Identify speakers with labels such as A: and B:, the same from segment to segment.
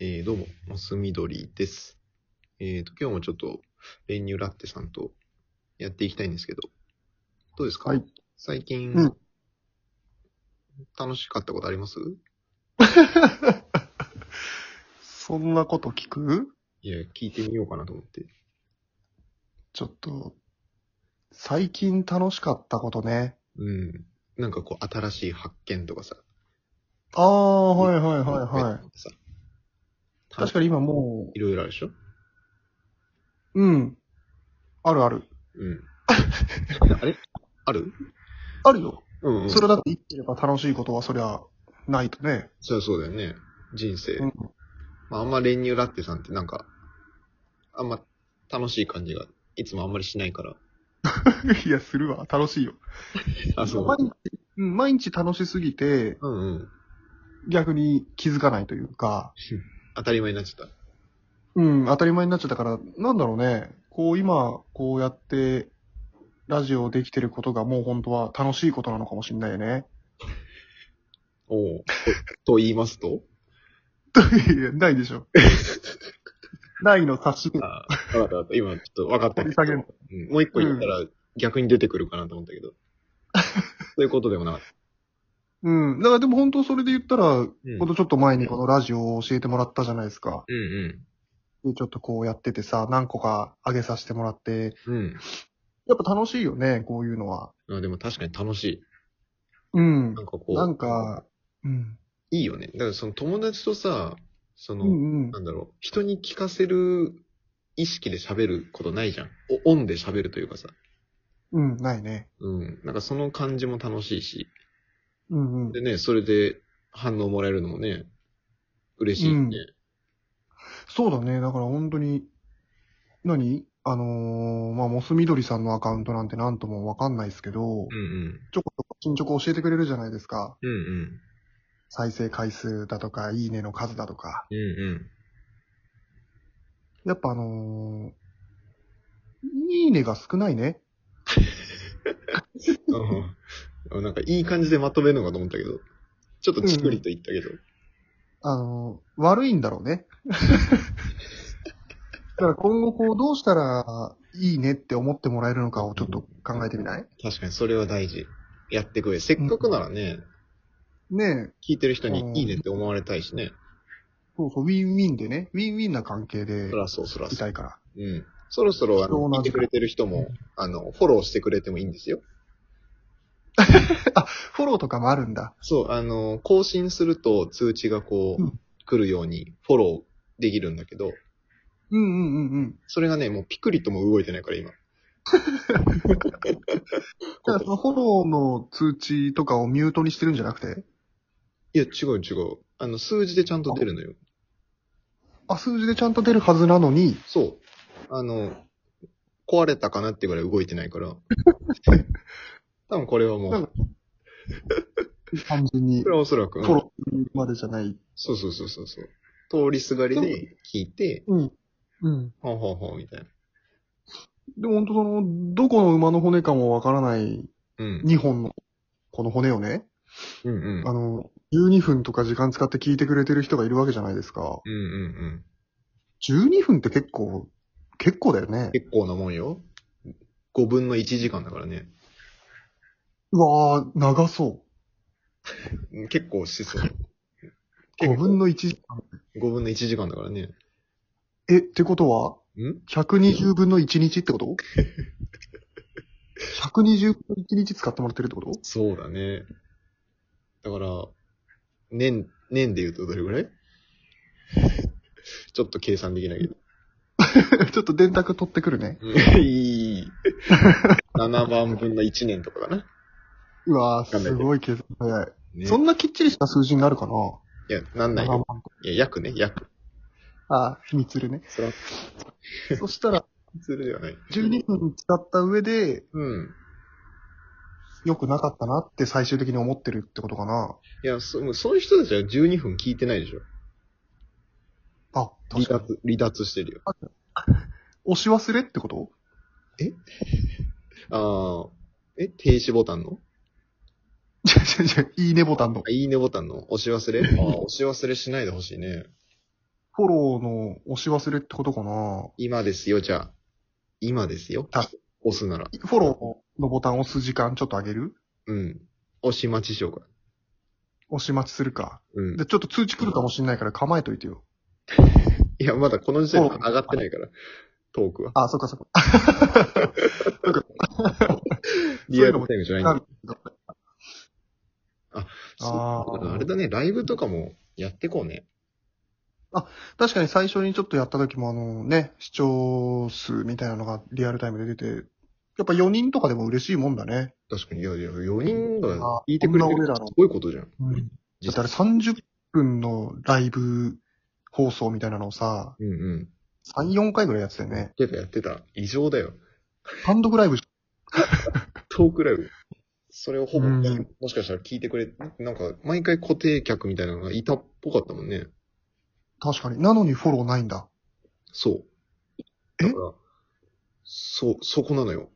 A: えー、どうも、マスミドリです。えーと、今日もちょっと、練乳ラッテさんとやっていきたいんですけど、どうですか、
B: はい
A: 最近、
B: うん
A: 楽しかったことあります
B: そんなこと聞く
A: いや、聞いてみようかなと思って。
B: ちょっと、最近楽しかったことね。
A: うん。なんかこう、新しい発見とかさ。
B: ああ、はいはいはいはい。
A: い。さ
B: 確かに今も
A: いろいろあるでしょ
B: う、うん。あるある。
A: うん。あれある
B: あるよ。
A: うん、うん。
B: それだって生きてれば楽しいことはそりゃ、ないとね。
A: そりゃそうだよね。人生。
B: うん
A: まあ、あんま練乳ラッテさんってなんか、あんま楽しい感じが、いつもあんまりしないから。
B: いや、するわ。楽しいよ。
A: あ、そう。
B: 毎日、うん毎日楽しすぎて、
A: うん うん。
B: 逆に気づかないというか、
A: 当たり前になっちゃった。
B: うん、当たり前になっちゃったから、なんだろうね。こう今、こうやって、ラジオできてることがもう本当は楽しいことなのかもしんないよね。
A: おうとと 言いますと
B: いや、ないでしょ。ないの察しで。
A: ああ、わかったわかった。今ちょっと分か った
B: 掘
A: け
B: り下げ
A: ど
B: る。
A: うんもう一個言ったら逆に出てくるかなと思ったけ ど。そういうことでもなかった。
B: うん。だからでも本当それで言ったら、
A: うん。う
B: ほん
A: ん
B: とちょっと前にこのラジオを教えてもらったじゃないですか。で、ちょっとこうやっててさ、何個か上げさせてもらって、
A: うん。
B: やっぱ楽しいよね、こういうのは。
A: うん。あでも確かに楽しい。
B: うん
A: な。んかこう。
B: なん、か、うん。
A: いいよね。だからその友達とさ、その、
B: うんうん。
A: なんだろう、人に聞かせる意識で喋ることないじゃん。おオンで喋るというかさ。
B: うん、ないね。
A: うん。なんかその感じも楽しいし。
B: うんうん
A: で。ね、それで反応もらえるのもね、嬉しいよね。
B: そうだね。だから本当に、何あのー、まあ、モスみどりさんのアカウントなんてなんともわかんないですけど
A: う、ん
B: ちょこちょこ進捗教えてくれるじゃないですか。
A: うん。うん
B: 再生回数だとか、いいねの数だとか。
A: うん。うん
B: やっぱあのー、いいねが少ないね。
A: うん。うん。なんかいい感じでまとめるのかと思ったけど、ちょっとチクリと言ったけど。
B: あのー、悪いんだろうね。 だから今後こう、どうしたらいいねって思ってもらえるのかをちょっと考えてみない
A: 確かにそれは大事。やってくれ。せっかくならね、
B: ねえ、
A: 聞いてる人
B: うん
A: にいいねって思われたいしね。
B: そうそう、ウィンウィンでね、ウィンウィンな関係で
A: そらそうそら
B: い
A: そ
B: た
A: う。
B: いから。
A: うん。そろそろ、あ
B: 貴
A: の、
B: 重な
A: 聞いてくれてる人も、あの、フォローしてくれてもいいんですよ。
B: フォローとかもあるんだ。
A: そう、あの、更新すると通知がこう、
B: うん
A: 来るようにフォローできるんだけど、
B: うんうんうんうん。
A: それがね、もうピクリとも動いてないから、今。
B: だからそのフォローの通知とかをミュートにしてるんじゃなくて、
A: いや、違う違う。あの、数字でちゃんと出るのよ。
B: あ、数字でちゃんと出るはずなのに、
A: そう。あの、壊れたかなってぐらい動いてない から。多分これはも
B: なん
A: う
B: か、単純に
A: これ、はおそらく、うん
B: フォローまでじゃない。
A: そうそうそうそうそう。通りすがりで聞いて、
B: うん。うん。
A: ほうほうほうみたいな。
B: でも本当その、どこの馬の骨かもわからない
A: うん。
B: 2本の、この骨をね、
A: うんうん。
B: あの、12分とか時間使って聞いてくれてる人がいるわけじゃないですか。
A: うんうんうん。
B: 12分って結構、結構だよね。
A: 結構なもんよ。5分の1時間だからね。
B: うわー、長そ
A: うん結構し そう。
B: う。5分
A: の
B: の1時間。
A: 5分の1時間だからね。
B: え、ってことは、
A: ん
B: 120分の1日っ てこと ?120 分の1日使ってもらってるってこと
A: そうだね。だから、年、年で言うとどれぐらい ちょっと計算できないけど。
B: ちょっと電卓取ってくるね。
A: うんいい。7万分の1年とかかな。
B: うわ
A: か
B: ー、
A: んない
B: すごい計算早い。
A: ね、
B: そんなきっちりした数字になるかない
A: や、なんないよ。いや、約ね、約。。
B: あ、秘密るね
A: それは、
B: そしたら、
A: ツールではない。
B: 12分使った上で、
A: うん。
B: 良くなかったなって最終的に思ってるってことかない
A: や、そもうそういう人たちは12分聞いてないでしょ。
B: あ、
A: 離
B: 確かに。
A: 脱、離脱してるよ。
B: 押し忘れってこと
A: ああ、え、停止ボタンの
B: じゃじゃじゃいいねボタンの。
A: あいいねボタンの押し忘れああ、押し忘れしないでほしいね。
B: フォローの押し忘れってことかな
A: 今ですよ、じゃあ。今ですよ
B: あ。
A: 押すなら。
B: フォローのボタン押す時間ちょっと上げる
A: うん。押し待ちしようか。
B: 押し待ちするか。
A: うん。
B: で、ちょっと通知来るかもしんないから構えといてよ。
A: いや、まだこの時点で上がってないから、トークは。
B: あ、そっかそっか。
A: リアルタイムじゃないんだ。
B: あ
A: そうだからあれだね、ライブとかもやってこうね。
B: 確かに最初にちょっとやった時もあのね、視聴数みたいなのがリアルタイムで出て、やっぱ4人とかでも嬉しいもんだね。
A: 確かに、いやいや、4人が
B: あ
A: 聞いてくれて
B: こんな俺
A: る
B: ら
A: す
B: の
A: ごいことじゃん。
B: うん。だ
A: 実
B: ってあ
A: 際
B: れ30分のライブ放送みたいなのをさ、
A: うんうん。
B: 3、4回ぐらいやってたよ
A: やっ
B: ね。
A: てた、やってた。異常だよ。
B: 単独ライブ、
A: トークライブ。それをほぼ、
B: うん
A: もしかしたら聞いてくれ、なんか、毎回固定客みたいなのがいたっぽかったもんね。
B: 確かに。なのにフォローないんだ。
A: そう。
B: え
A: だから、そう、そこなのよ。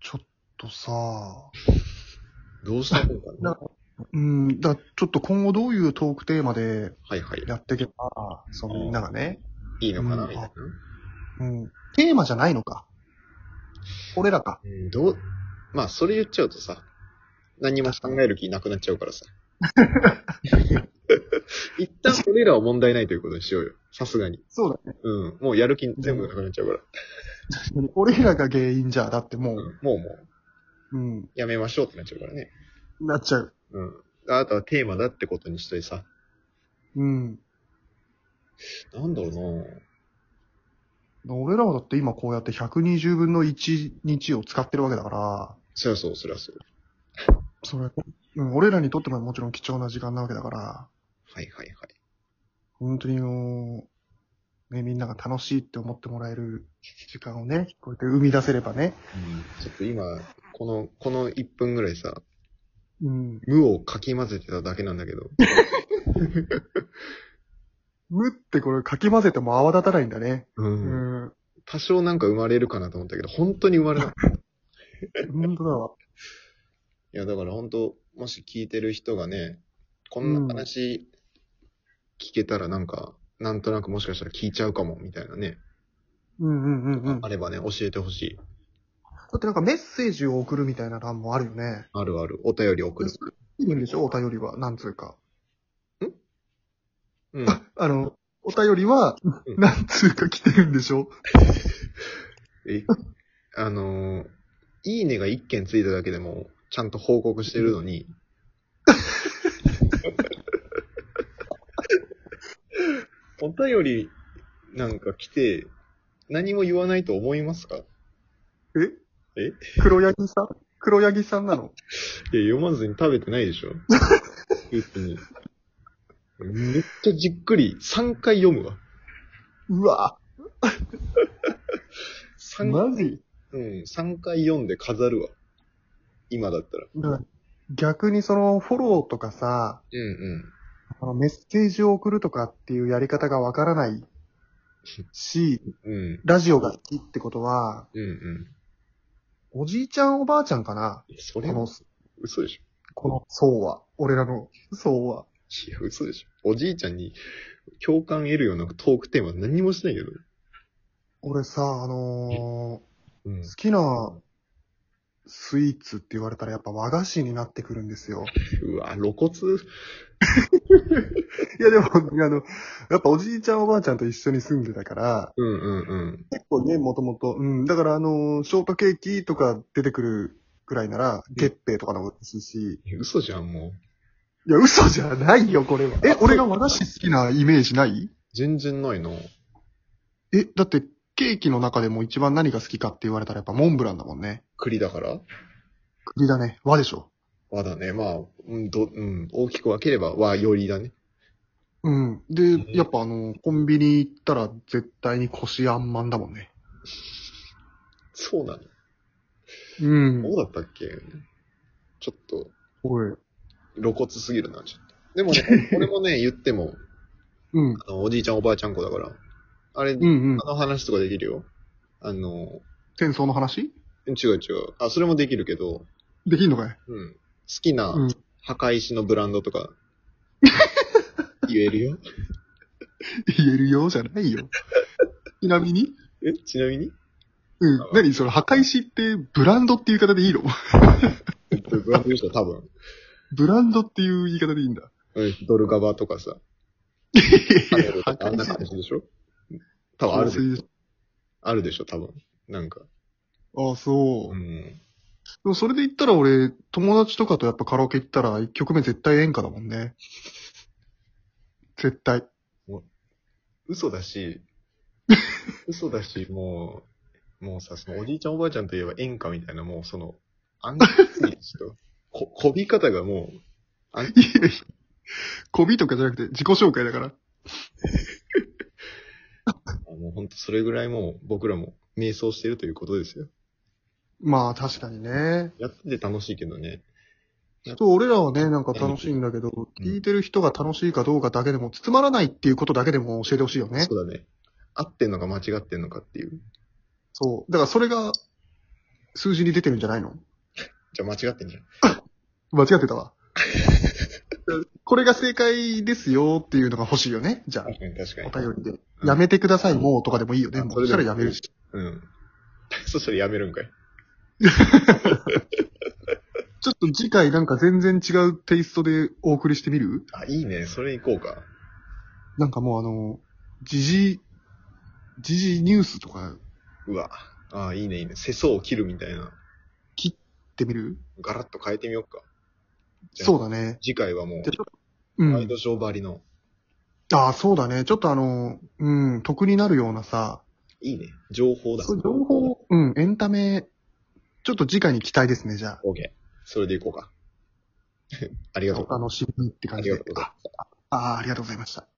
B: ちょっとさ、
A: どうしたのかな。
B: なうん、だちょっと今後どういうトークテーマで
A: はいはい。
B: やっていけば、そのみんながね、
A: いいのかな、
B: うん
A: みたいな。
B: うん、テーマじゃないのか。俺らか。
A: うん、どう、まあ、それ言っちゃうとさ、何も考える気なくなっちゃうから さ。一旦俺らは問題ないということにしようよ。さすがに。
B: そうだね。
A: うん。もうやる気全部なくなっちゃうから。
B: 俺らが原因じゃ、だっても
A: う
B: う、
A: ん、もうもう、
B: うん、
A: やめましょうってなっちゃうからね。
B: なっちゃう。
A: うん。あとはテーマだってことにしといてさ。
B: うん。
A: なんだろうな
B: 俺らはだって今こうやって120分の1日を使ってるわけだから、
A: そりゃそう、そりゃそう。
B: それ、うん、俺らにとってももちろん貴重な時間なわけだから、
A: はいはいはい。
B: 本当にもう、ね、みんなが楽しいって思ってもらえる時間をね、こうやって生み出せればね、
A: ちょっと今、この、この1分ぐらいさ、
B: うん、
A: 無をかき混ぜてただけなんだけど。
B: 無ってこれかき混ぜても泡立たないんだね。
A: う。
B: うん ん。
A: 多少なんか生まれるかなと思ったけ ど、本当に生まれない。
B: 本当だわ。
A: いや、だから本当、もし聞いてる人がね、こんな話聞けたらなんか、なんとなくもしかしたら聞いちゃうかも、みたいなね。
B: うんうんうんうん。
A: あ
B: だ
A: ればね、教えてほしい。
B: ってなんかメッセージを送るみたいな欄もあるよね。
A: あるある。お便り送る。
B: いいんでしょお便りは、なんつうか。
A: うん。
B: あの、お便りは、
A: うん
B: なんつうか来てるんでしょ
A: え、あのーいいねが1件ついただけでも、ちゃんと報告してるの に、お便りなんか来て、何も言わないと思いますかい
B: え
A: え
B: 黒ヤギさん黒ヤギさんなの
A: や、読まずに食べてないで しょ別に。めっちゃじっくり3回読むわ。
B: うわ
A: 三
B: マジ
A: うん、3回読んで飾るわ。今だったら。
B: だから逆にそのフォローとかさ、
A: うんうん。
B: あのメッセージを送るとかっていうやり方がわからないし、
A: うん、
B: ラジオが好きってことは、
A: うん、うん。
B: おじいちゃんおばあちゃんかな
A: そ
B: こ
A: れも
B: の、
A: 嘘でしょ
B: この層は。俺らの層は。
A: いや、嘘でしょ。おじいちゃんに共感得るようなトークテーマ何もしないけど。
B: 俺さ、あの
A: うん
B: ー、好きなスイーツって言われたらやっぱ和菓子になってくるんですよ。
A: うわ、露骨。
B: いやでも、あの、やっぱおじいちゃんおばあちゃんと一緒に住んでたから、
A: うんうん
B: 結構ね、もともと。うん。だから、あのーショートケーキとか出てくるぐらいなら、月餅とかの方が美味しいし。
A: うん。嘘じゃん、もう。
B: いや、嘘じゃないよ、これは。え、俺が和菓子好きなイメージない
A: 全然ないの。
B: え、だって、ケーキの中でも一番何が好きかって言われたらやっぱモンブランだもんね。
A: 栗だから
B: 栗だね。和でしょ。
A: 和だね。まあ、うん、ど、うん、大きく分ければ和よりだね。
B: うん。
A: うん
B: で、やっぱあの、コンビニ行ったら絶対に腰あんまんだもんね。
A: そうなの。
B: うん。
A: どうだったっけちょっと、
B: おい。
A: 露骨すぎるな、ちょっと。でもね、 俺もね、言っても、
B: うん。
A: あの、おじいちゃんおばあちゃん子だから。あれ、
B: うんうん
A: あ。の話とかできるよ。あの、
B: 戦争の話
A: 違う違う。あ、それもできるけど、
B: できんのかい
A: うん。好きな
B: うん
A: 墓石のブランドとか、言えるよ。
B: 言えるよ、じゃない よ。ちなみに
A: えちなみに
B: うん。何それ、墓石ってブランドっていう言い方でいいの
A: えっとブランドでした、多分。
B: ブランドっていう言い方でいいんだ。
A: うんドルガバとか さ。パネルとかあんな感じでしょ多分あるで、あるでしょ、多分。なんか。
B: ああ、そうう。で
A: ん。
B: もそれで言ったら俺、友達とかとやっぱカラオケ行ったら、一曲目絶対演歌だもんね。絶対。
A: 嘘だ し、嘘だし、もう、もうさ、そのおじいちゃんおばあちゃんといえば演歌みたいな、もうそ の、あんなにちょっと、こ、こび方がもう、
B: いやいや媚びとかじゃなくて自己紹介だから。
A: もうほんとそれぐらいもう僕らも迷走してるということですよ。
B: まあ確かにね。
A: やってて楽しいけどね。
B: そう、俺らはね、なんか楽しいんだけど、
A: ん
B: 聞いてる人が楽しいかどうかだけでも、つまらないっていうことだけでも教えてほしいよね
A: そ。うだね。合ってんのか間違ってんのかっていう。
B: そう。だからそれが、数字に出てるんじゃないの
A: じゃあ間違ってんじゃん。
B: 間違ってたわ。これが正解ですよっていうのが欲しいよね。じゃあ、
A: 確かに確か
B: お
A: に。
B: 便りで。
A: うん
B: やめてください、もうとかでもいいよね。
A: うん
B: もうそしたらやめるし。
A: うん。 そしたらやめるんかい。
B: ちょっと次回なんか全然違うテイストでお送りしてみる
A: あ、いいね。それ行こうか。
B: なんかもうあの、時事、時事ニュースとか
A: うわ。ああ、いいね、いいね。世相を切るみたいな。
B: ってみる
A: ガラッと変えてみようか。じゃあ
B: そうだね。
A: 次回はも
B: じゃあちょ
A: う、
B: う
A: ワイ
B: ん。
A: ドショーばりの。
B: ああ、そうだね。ちょっとあの、うん、得になるようなさ、
A: いいね。情報だ。
B: そう情報、うん、エンタメ、ちょっと次回に期待ですね、じゃ
A: OK。それで行こうか。ありが
B: あ。
A: と
B: お
A: う。
B: 楽しみって
A: あ
B: 感じ
A: りが
B: で。
A: とうございます。
B: ああ、ありがとうございました。